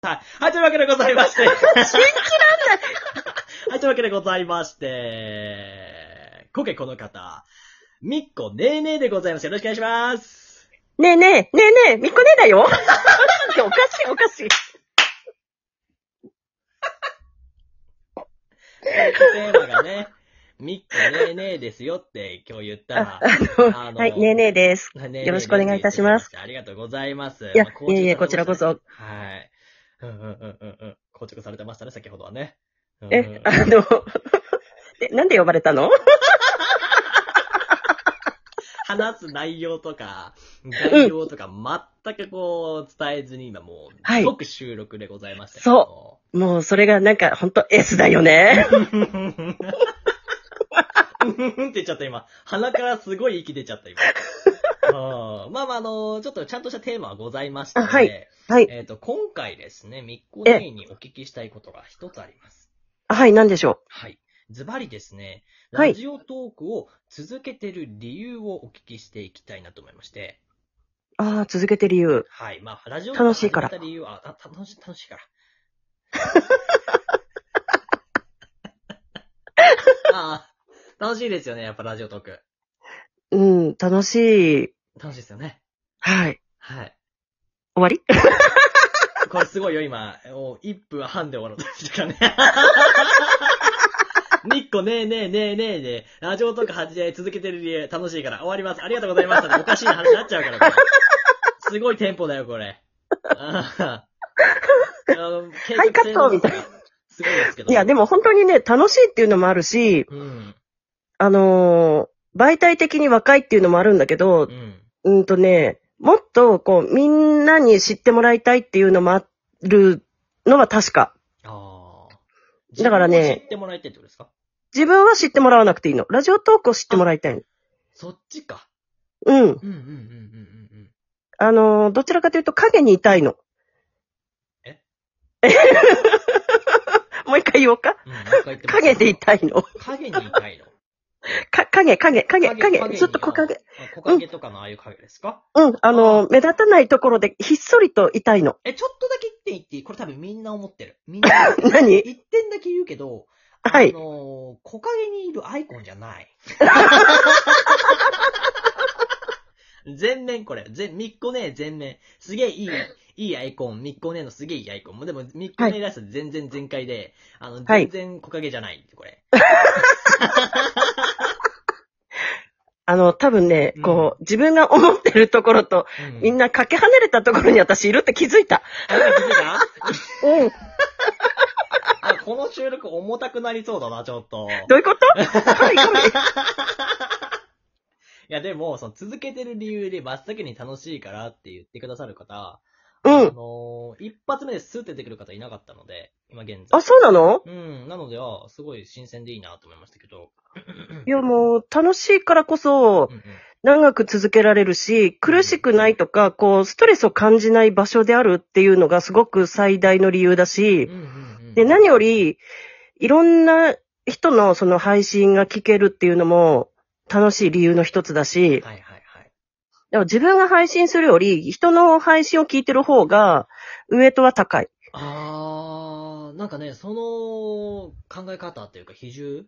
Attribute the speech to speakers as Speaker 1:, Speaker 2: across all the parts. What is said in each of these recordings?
Speaker 1: はい。はい、というわけでございまして。
Speaker 2: 信じらんない。
Speaker 1: はい、というわけでございまして。今回この方、みっこねーねーでございます。よろしくお願いします。
Speaker 2: ねえねえ、ねえねえ、みっこねえだよ。 おかしい、おかしい。
Speaker 1: テーマがね、みっこねーねーですよって今日言ったら
Speaker 2: あ、あの、はい、ねえねえです。
Speaker 1: ねーねーねー
Speaker 2: よろしくお願いいたします
Speaker 1: ねーねーねーでございまして。ありがとうございます。
Speaker 2: いや
Speaker 1: まあ硬直
Speaker 2: いえ
Speaker 1: され
Speaker 2: いえ
Speaker 1: てましたねは
Speaker 2: こちらこそ
Speaker 1: い。うんうんうんうんうん。硬直されてましたね、先ほどはね。うん
Speaker 2: え、あの、 え、なんで呼ばれたの
Speaker 1: 話す内容とか、概要とか、全くこう、伝えずに今もう、
Speaker 2: はい
Speaker 1: 即収録でございました
Speaker 2: そもう、それがなんか、ほんと S だ よね。
Speaker 1: う。うんうんって言っちゃった今。鼻からすごい息出ちゃった今。うんまあまあ、あの、ちょっとちゃんとしたテーマはございまして、
Speaker 2: あはいはい。
Speaker 1: えっ、と、今回ですね、みっこ姉にお聞きしたいことが一つあります。
Speaker 2: あはい、なんでしょ
Speaker 1: はい。ズバリですね、
Speaker 2: はい
Speaker 1: ラジオトークを続けてる理由をお聞きしていきたいなと思いまして。
Speaker 2: う。ああ、続けて理由。
Speaker 1: はい。まあ、ラジオ
Speaker 2: 楽しいから
Speaker 1: 始めた理由は、あ、た楽しい、楽し いから。ああ、楽しいですよね、やっぱラジオトーク。
Speaker 2: うん、楽しい。
Speaker 1: 楽しいですよね。
Speaker 2: はい。
Speaker 1: はい。
Speaker 2: 終わり
Speaker 1: これすごいよ、今。もう1分半で終わろうとしてたね。ニッコねえねえねえねえねえ。ラジオトーク始め続けてる理由楽しいから終わります。ありがとうございました、ね。おかしい話になっちゃうから、これすごいテンポだよ、これ。あーあの継続性の
Speaker 2: ハイカットみたいな
Speaker 1: すごいですけど。
Speaker 2: いや、でも本当にね、楽しいっていうのもあるし、
Speaker 1: うん。
Speaker 2: あのー媒体的に若いっていうのもあるんだけど
Speaker 1: う、ん。
Speaker 2: うんとね、もっとこう、みんなに知ってもらいたいっていうのもあるのは確か。
Speaker 1: ああ。
Speaker 2: だからね
Speaker 1: 自分を知ってもらいたいってことですか
Speaker 2: 自分は知ってもらわなくていいの。ラジオトークを知ってもらいたいの。
Speaker 1: そっちか。
Speaker 2: うん。
Speaker 1: うんうんうんうんうんうん。
Speaker 2: あのーどちらかというと影にいたいの。
Speaker 1: え
Speaker 2: もう一回言おうか。
Speaker 1: うん、もう一回言ってます
Speaker 2: 影でいたいの。
Speaker 1: 影にいたいの。
Speaker 2: か、影、影、影、影、
Speaker 1: に
Speaker 2: ずっと木陰。。
Speaker 1: あ木陰とかのああいう影ですか、
Speaker 2: うん、あのー目立たないところでひっそりといたいの。
Speaker 1: え、ちょっとだけ言って言っていいこれ多分みんな思ってる。みんな思ってる。
Speaker 2: 何
Speaker 1: 一点だけ言うけど、
Speaker 2: は
Speaker 1: あ
Speaker 2: い。
Speaker 1: のー、木陰にいるアイコンじゃ ない。全面これ。全、みっこねえ全面。すげえいい、いいアイコン。みっこねえのすげえいいアイコン。もうでも、みっこねえらしさ全然全開で、あの、
Speaker 2: はい
Speaker 1: 全然木陰じゃない。これ。
Speaker 2: あの、多分ね、こう、自分が思ってるところと、みん
Speaker 1: な、
Speaker 2: なかけ離れたところに私いるって気づいた。
Speaker 1: あ今気づいた
Speaker 2: うん。
Speaker 1: あ、この収録重たくなりそうだな、ちょっ と。
Speaker 2: どういうことはいはい
Speaker 1: いや、でも、その続けてる理由で真っ先に楽しいからって言ってくださる方、
Speaker 2: う
Speaker 1: あ
Speaker 2: ん。
Speaker 1: のー一発目でスーって出てくる方いなかったので、今現在。
Speaker 2: あ、そうなの
Speaker 1: うん、なのでは、すごい新鮮でいいなと思いましたけど。
Speaker 2: いや、もう、楽しいからこそ
Speaker 1: うん、うん、
Speaker 2: 長く続けられるし、苦しくないとか、こう、ストレスを感じない場所であるっていうのがすごく最大の理由だし
Speaker 1: う、んうんうん
Speaker 2: で、何より、いろんな人のその配信が聞けるっていうのも、楽しい理由の一つだし、
Speaker 1: はいはいはい。
Speaker 2: でも自分が配信するより、人の配信を聞いてる方が、ウエイトは高い。
Speaker 1: あー、なんかね、その考え方っていうか、比重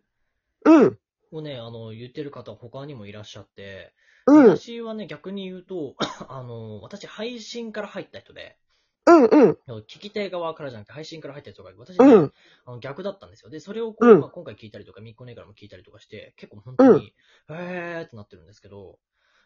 Speaker 2: うん、
Speaker 1: をね、あの、言ってる方他にもいらっしゃって、
Speaker 2: うん、
Speaker 1: 私はね、逆に言うと、 あの、私配信から入った人で、
Speaker 2: うん、うん、
Speaker 1: 聞き手側からじゃなくて配信から入った人がいて、私、ね
Speaker 2: うん、
Speaker 1: あの逆だったんですよ。で、それをこう、
Speaker 2: うん
Speaker 1: まあ、今回聞いたりとか、みっこねえからも聞いたりとかして、結構本当に、えーってなってるんですけど、
Speaker 2: うん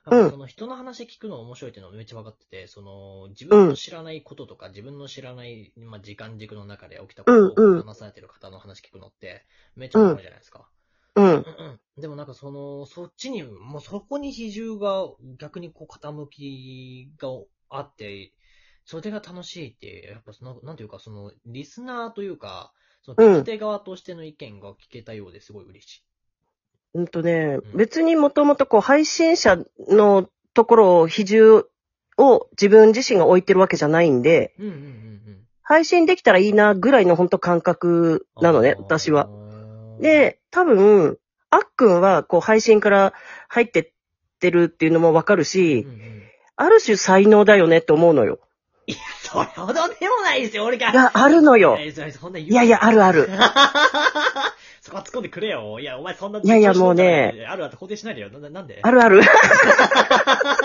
Speaker 1: なんかその人の話聞くの面白いっていうのはめっちゃ分かってて、その自分の知らないこととか、自分の知らない、まあ、時間軸の中で起きたこと
Speaker 2: うん
Speaker 1: を
Speaker 2: うん
Speaker 1: 話されてる方の話聞くのって、めっちゃ面白いじゃないですか。
Speaker 2: うん。
Speaker 1: うんうんでもなんかその、そっちに、もうそこに比重が逆にこう傾きがあって、それが楽しいって、やっぱその、なんていうかその、リスナーというか、その
Speaker 2: うん
Speaker 1: 聞き手側としての意見が聞けたようですごい嬉しい。
Speaker 2: うんとね
Speaker 1: う、ん
Speaker 2: 別にもともとこう配信者のところを比重を自分自身が置いてるわけじゃないんで、
Speaker 1: うんうんうんうん。
Speaker 2: 配信できたらいいなぐらいの本当感覚なのね、私は。。、で、多分、あっくんはこう配信から入ってってるっていうのもわかる
Speaker 1: うんう
Speaker 2: し、
Speaker 1: ん、
Speaker 2: ある種才能だよねって思うのよ。
Speaker 1: それほどでもないですよ、俺が。
Speaker 2: いや、あるのよ。
Speaker 1: えーそれそんな言う
Speaker 2: いやいや、あるある。
Speaker 1: そこは突っ込んでくれよ。いや、お前そんな。
Speaker 2: いやいやもうね。
Speaker 1: あるある肯定しないでよ。なななんで
Speaker 2: あるある。
Speaker 1: 肯定す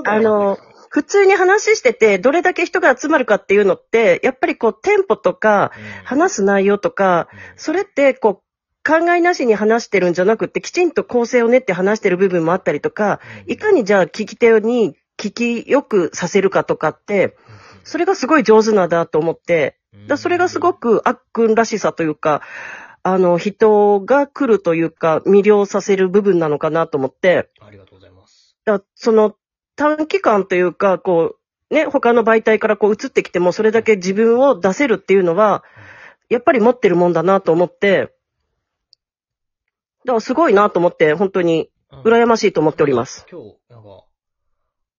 Speaker 1: んな
Speaker 2: あ
Speaker 1: よ
Speaker 2: の、普通に話してて、どれだけ人が集まるかっていうのって、やっぱりこう、テンポとか、
Speaker 1: うん
Speaker 2: 話す内容とか、それってこう、考えなしに話してるんじゃなくって、きちんと構成を練って話してる部分もあったりとか、
Speaker 1: うん
Speaker 2: いかにじゃあ聞き手に聞きよくさせるかとかって、それがすごい上手なんだと思って、だからそれがすごくあっくんらしさというか、あの、人が来るというか、魅了させる部分なのかなと思って、
Speaker 1: ありがとうございます。
Speaker 2: だからその短期間というか、こう、ね、他の媒体からこう移ってきても、それだけ自分を出せるっていうのは、やっぱり持ってるもんだなと思って、だからすごいなと思って、本当に
Speaker 1: うん
Speaker 2: 羨ましいと思っております。。
Speaker 1: 今日、なんか、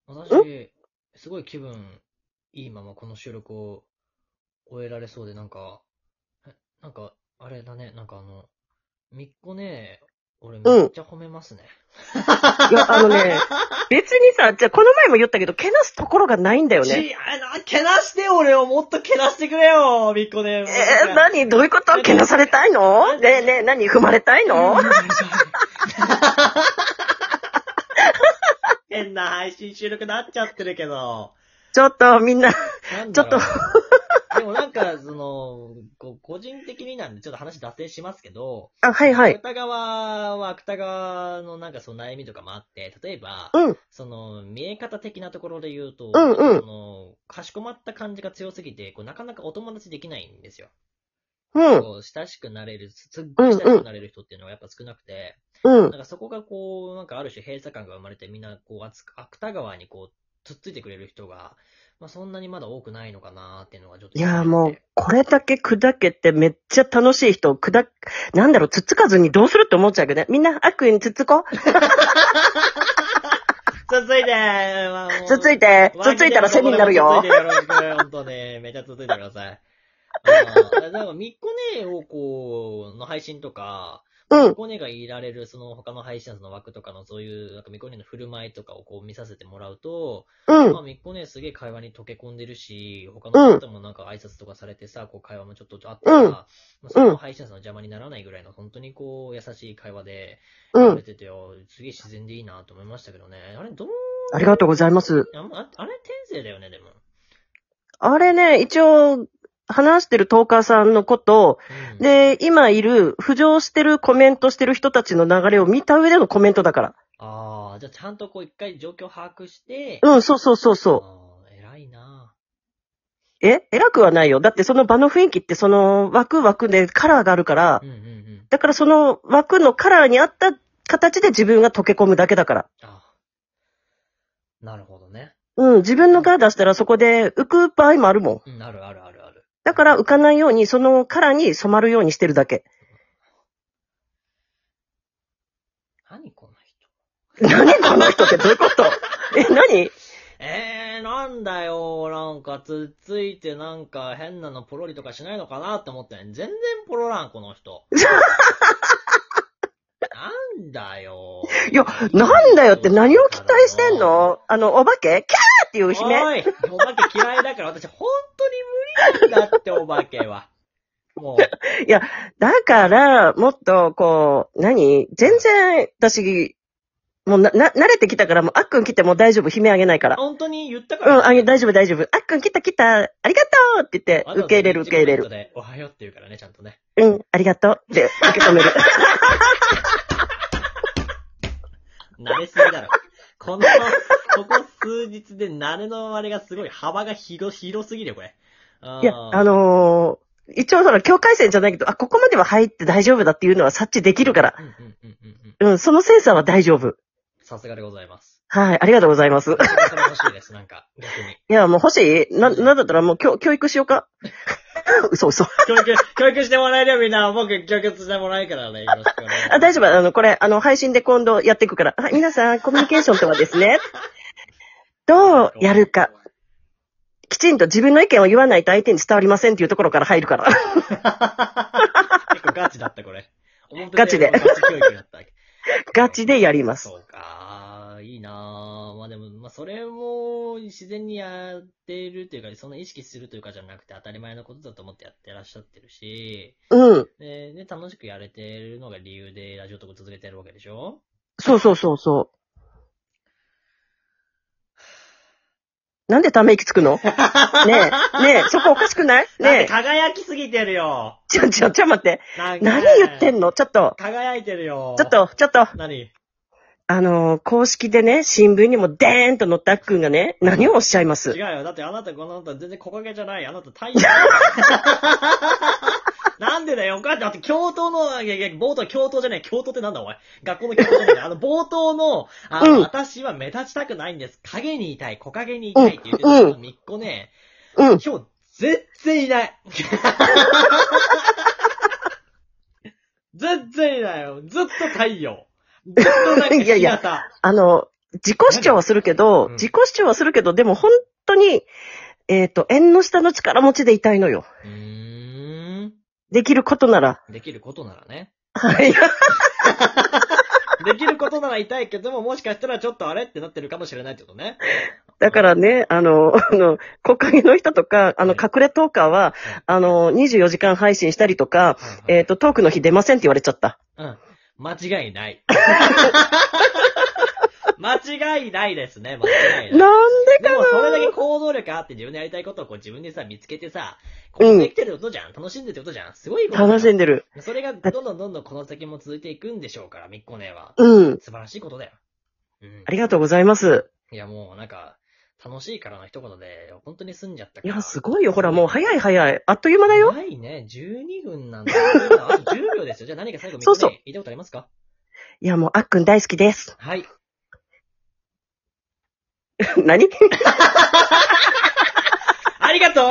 Speaker 1: 私、すごい気分いいままこの収録を終えられそうで、なんか、えなんか、あれだね、なんかあの、みっこね、俺めっちゃ褒めますね。
Speaker 2: いや、あのね、別にさ、じゃあこの前も言ったけど、けなすところがないんだよね。
Speaker 1: ちあな、けなして俺をもっとけなしてくれよ、みっこね。
Speaker 2: えー、何どういうことけなされたいのねえねえ、何踏まれたいの
Speaker 1: 変な配信収録なっちゃってるけど。
Speaker 2: ちょっとみんな、
Speaker 1: なん
Speaker 2: ちょ
Speaker 1: だろ
Speaker 2: っと
Speaker 1: う。でもなんか、その、こう個人的になんで、ちょっと話脱線しますけど、
Speaker 2: あ、はいはい。
Speaker 1: 芥川は芥川のなんかその悩みとかもあって、例えば、
Speaker 2: うん、
Speaker 1: その、見え方的なところで言うと、
Speaker 2: うんうん
Speaker 1: その、かしこまった感じが強すぎて、こうなかなかお友達できないんですよ。
Speaker 2: うん、
Speaker 1: こう親しくなれる、すっごい親しくなれる人っていうのはやっぱ少なくて、
Speaker 2: うん
Speaker 1: な。んかそこがこう、なんかある種閉鎖感が生まれて、みんなこう、あつ芥川にこう、つっついてくれる人が、まあそんなにまだ多くないのかなっていうのがちょっと。
Speaker 2: いや、 もう、これだけ砕けてめっちゃ楽しい人を砕、なんだろう、つっつかずにどうするって思っちゃうけどね。みんな悪意につっつこう。
Speaker 1: 続いて、まあもう
Speaker 2: つっついて、つっついたら背になるよ
Speaker 1: つっつ。いてよろしく、本当ね、めちゃつっついてください。あの、だから、みっこねをこう、の配信とか、
Speaker 2: うん
Speaker 1: みっ、こねがいられる、その他の配信者の枠とかの、そういう、なんかみっこねの振る舞いとかをこう見させてもらうと、
Speaker 2: うん
Speaker 1: ま、あ、みっこね、すげえ会話に溶け込んでるし、他の人もなんか挨拶とかされてさ、こう会話もちょっとあってさ、
Speaker 2: うん
Speaker 1: まあ、その配信者の邪魔にならないぐらいの、本当にこう、優しい会話で、
Speaker 2: う
Speaker 1: やれ
Speaker 2: ん。
Speaker 1: てて、あすげえ自然でいいなと思いましたけどね。あれ、どう
Speaker 2: ありがとうございます。
Speaker 1: あああれ、天性だよね、でも。
Speaker 2: あれね、一応、話してるトーカーさんのこと、
Speaker 1: うん、
Speaker 2: で、今いる、浮上してるコメントしてる人たちの流れを見た上でのコメントだから。
Speaker 1: ああ、じゃあちゃんとこう一回状況把握して、
Speaker 2: うん、そうそうそうそう。
Speaker 1: あー偉いな
Speaker 2: え偉くはないよ。だってその場の雰囲気ってその枠枠でカラーがあるから
Speaker 1: う、んうんうん。
Speaker 2: だからその枠のカラーに合った形で自分が溶け込むだけだから。
Speaker 1: あーなるほどね。
Speaker 2: うん、自分のが出したらそこで浮く場合もあるもん。
Speaker 1: うん、あるあるあるある。
Speaker 2: だから浮かないように、そのカラーに染まるようにしてるだけ。
Speaker 1: 何この人。
Speaker 2: 何この人ってどういうこと え、何
Speaker 1: えー、なんだよ、なんかつっついてなんか変なのポロリとかしないのかなって思ったのに全然ポロらん、この人。なんだよ。
Speaker 2: いや、なんだよって何を期待してんのあの、お化けキャーっていう
Speaker 1: お
Speaker 2: 悲鳴
Speaker 1: いお化け嫌いだから私本当に無理なんだって、お化けは。も う、
Speaker 2: だから、もっと、こう、何全然、私、もうな、な、慣れてきたから、もう、あっくん来てもう大丈夫、悲鳴あげないから。
Speaker 1: 本当に言ったか
Speaker 2: う
Speaker 1: ら。
Speaker 2: ん、あげ、大丈夫、大丈夫。あっくん来た来た、ありがとうって言って
Speaker 1: わ、ざわざ
Speaker 2: 受け入れる、受け入れる。。
Speaker 1: おはようって言うからね、ちゃんとね。
Speaker 2: うん、ありがとうって受け止める。
Speaker 1: 慣れすぎだろ。この、ここ数日で慣れのあれがすごい、幅が広、広すぎるよ、これ。
Speaker 2: いや、 あ、のー一応ほら、境界線じゃないけど、あ、ここまでは入って大丈夫だっていうのは察知できるから。
Speaker 1: うんうんうんうんうん。
Speaker 2: うん、そのセンサーは大丈夫。
Speaker 1: さすがでございます。
Speaker 2: はい、ありがとうございます
Speaker 1: そ。れそれ欲しいです、なんか、逆に。
Speaker 2: いや、もう欲しいな、なんだったらもう教、教育しようか。 嘘嘘。
Speaker 1: 教育、教育してもらえるよ、みんな。僕、教育してもらえるからね、よろしくお願いします。
Speaker 2: あ、大丈夫。あの、これ、あの、配信で今度やっていくから。はい、皆さん、コミュニケーションとはですね、どうやるか。きちんと自分の意見を言わないと相手に伝わりませんっていうところから入るから。
Speaker 1: 結構ガチだった、これ。
Speaker 2: ガチで
Speaker 1: 表のガチ教育だった。
Speaker 2: ガチでやります。
Speaker 1: そうか、いいなぁ。まあ、あでも、まあそれも自然にやっているというか、そんな意識するというかじゃなくて当たり前のことだと思ってやってらっしゃってるし、
Speaker 2: うん。
Speaker 1: で、ね、楽しくやれてるのが理由でラジオとか続けてるわけでしょ
Speaker 2: そうそうそうそう。なんでため息つくのねえ、ねえ、そこおかしくない
Speaker 1: だって
Speaker 2: ねえ、
Speaker 1: 輝きすぎてるよ
Speaker 2: ちょ、ちょ、ちょ、待って。
Speaker 1: 何
Speaker 2: 何言ってんのちょっと、
Speaker 1: 輝いてるよ
Speaker 2: ちょっ。と、ちょっと、
Speaker 1: 何
Speaker 2: あのー公式でね、新聞にもデーンと載ったあっくんがね、何をおっしゃいま
Speaker 1: 違う
Speaker 2: す
Speaker 1: よ。だってあなた、このあなた全然木陰じゃない。あなた 太陽。なんでだよ、お母さん。だって、教頭の、いやいや、冒頭、教頭じゃない。教頭ってなんだ、お前。学校の教頭じゃない。あの、冒頭の、あの、
Speaker 2: うん
Speaker 1: 私は目立ちたくないんです。影にいたい、木陰にいたいって言ってた
Speaker 2: うん
Speaker 1: の、みっこね、
Speaker 2: うん。
Speaker 1: 今日、全然いない。 全然いないよ。ずっと太 陽。ずっとなんか日向。
Speaker 2: いやいやあの、自己主張はするけど、
Speaker 1: うん
Speaker 2: 自己主張はするけど、でも本当に、えっ、と、縁の下の力持ちでいたいのよ。
Speaker 1: うーん。
Speaker 2: できることなら。
Speaker 1: できることならね。
Speaker 2: はい。
Speaker 1: できることなら痛いけども、もしかしたらちょっとあれってなってるかもしれないってことね。
Speaker 2: だからね、あの、 あの、国会の人とか、あの、
Speaker 1: はい
Speaker 2: 隠れトーカーは
Speaker 1: はい、
Speaker 2: あの、24時間配信したりとか、えっ、と、トークの日出ませんって言われちゃった。
Speaker 1: うん。間違い ない。間違いないですね、間違いない。
Speaker 2: なんで
Speaker 1: で
Speaker 2: か
Speaker 1: もそれだ
Speaker 2: な
Speaker 1: け行動力あって自分でやりたいことをこう自分でさ、見つけてさ、こうできてることじゃん。楽しんでるってことじゃん。すごいことだよ
Speaker 2: 楽しんでる。
Speaker 1: それがどんどんどんどんこの先も続いていくんでしょうから、みっこねは。
Speaker 2: うん。
Speaker 1: 素晴らしいことだよ。うん
Speaker 2: あ。りがとうございます。
Speaker 1: いやもうなんか、楽しいからの一言で、本当に済んじゃったか
Speaker 2: い
Speaker 1: ら。
Speaker 2: や、すごいよ。ほら、もう早い早い。あっという間だよ。
Speaker 1: ないね。12分なんだ。あと10秒ですよ。じゃあ何か最後3つ
Speaker 2: そうそう
Speaker 1: 言いたいことありますか
Speaker 2: いや、もう、あっくん大好きです。
Speaker 1: はい。
Speaker 2: 何
Speaker 1: ありがとう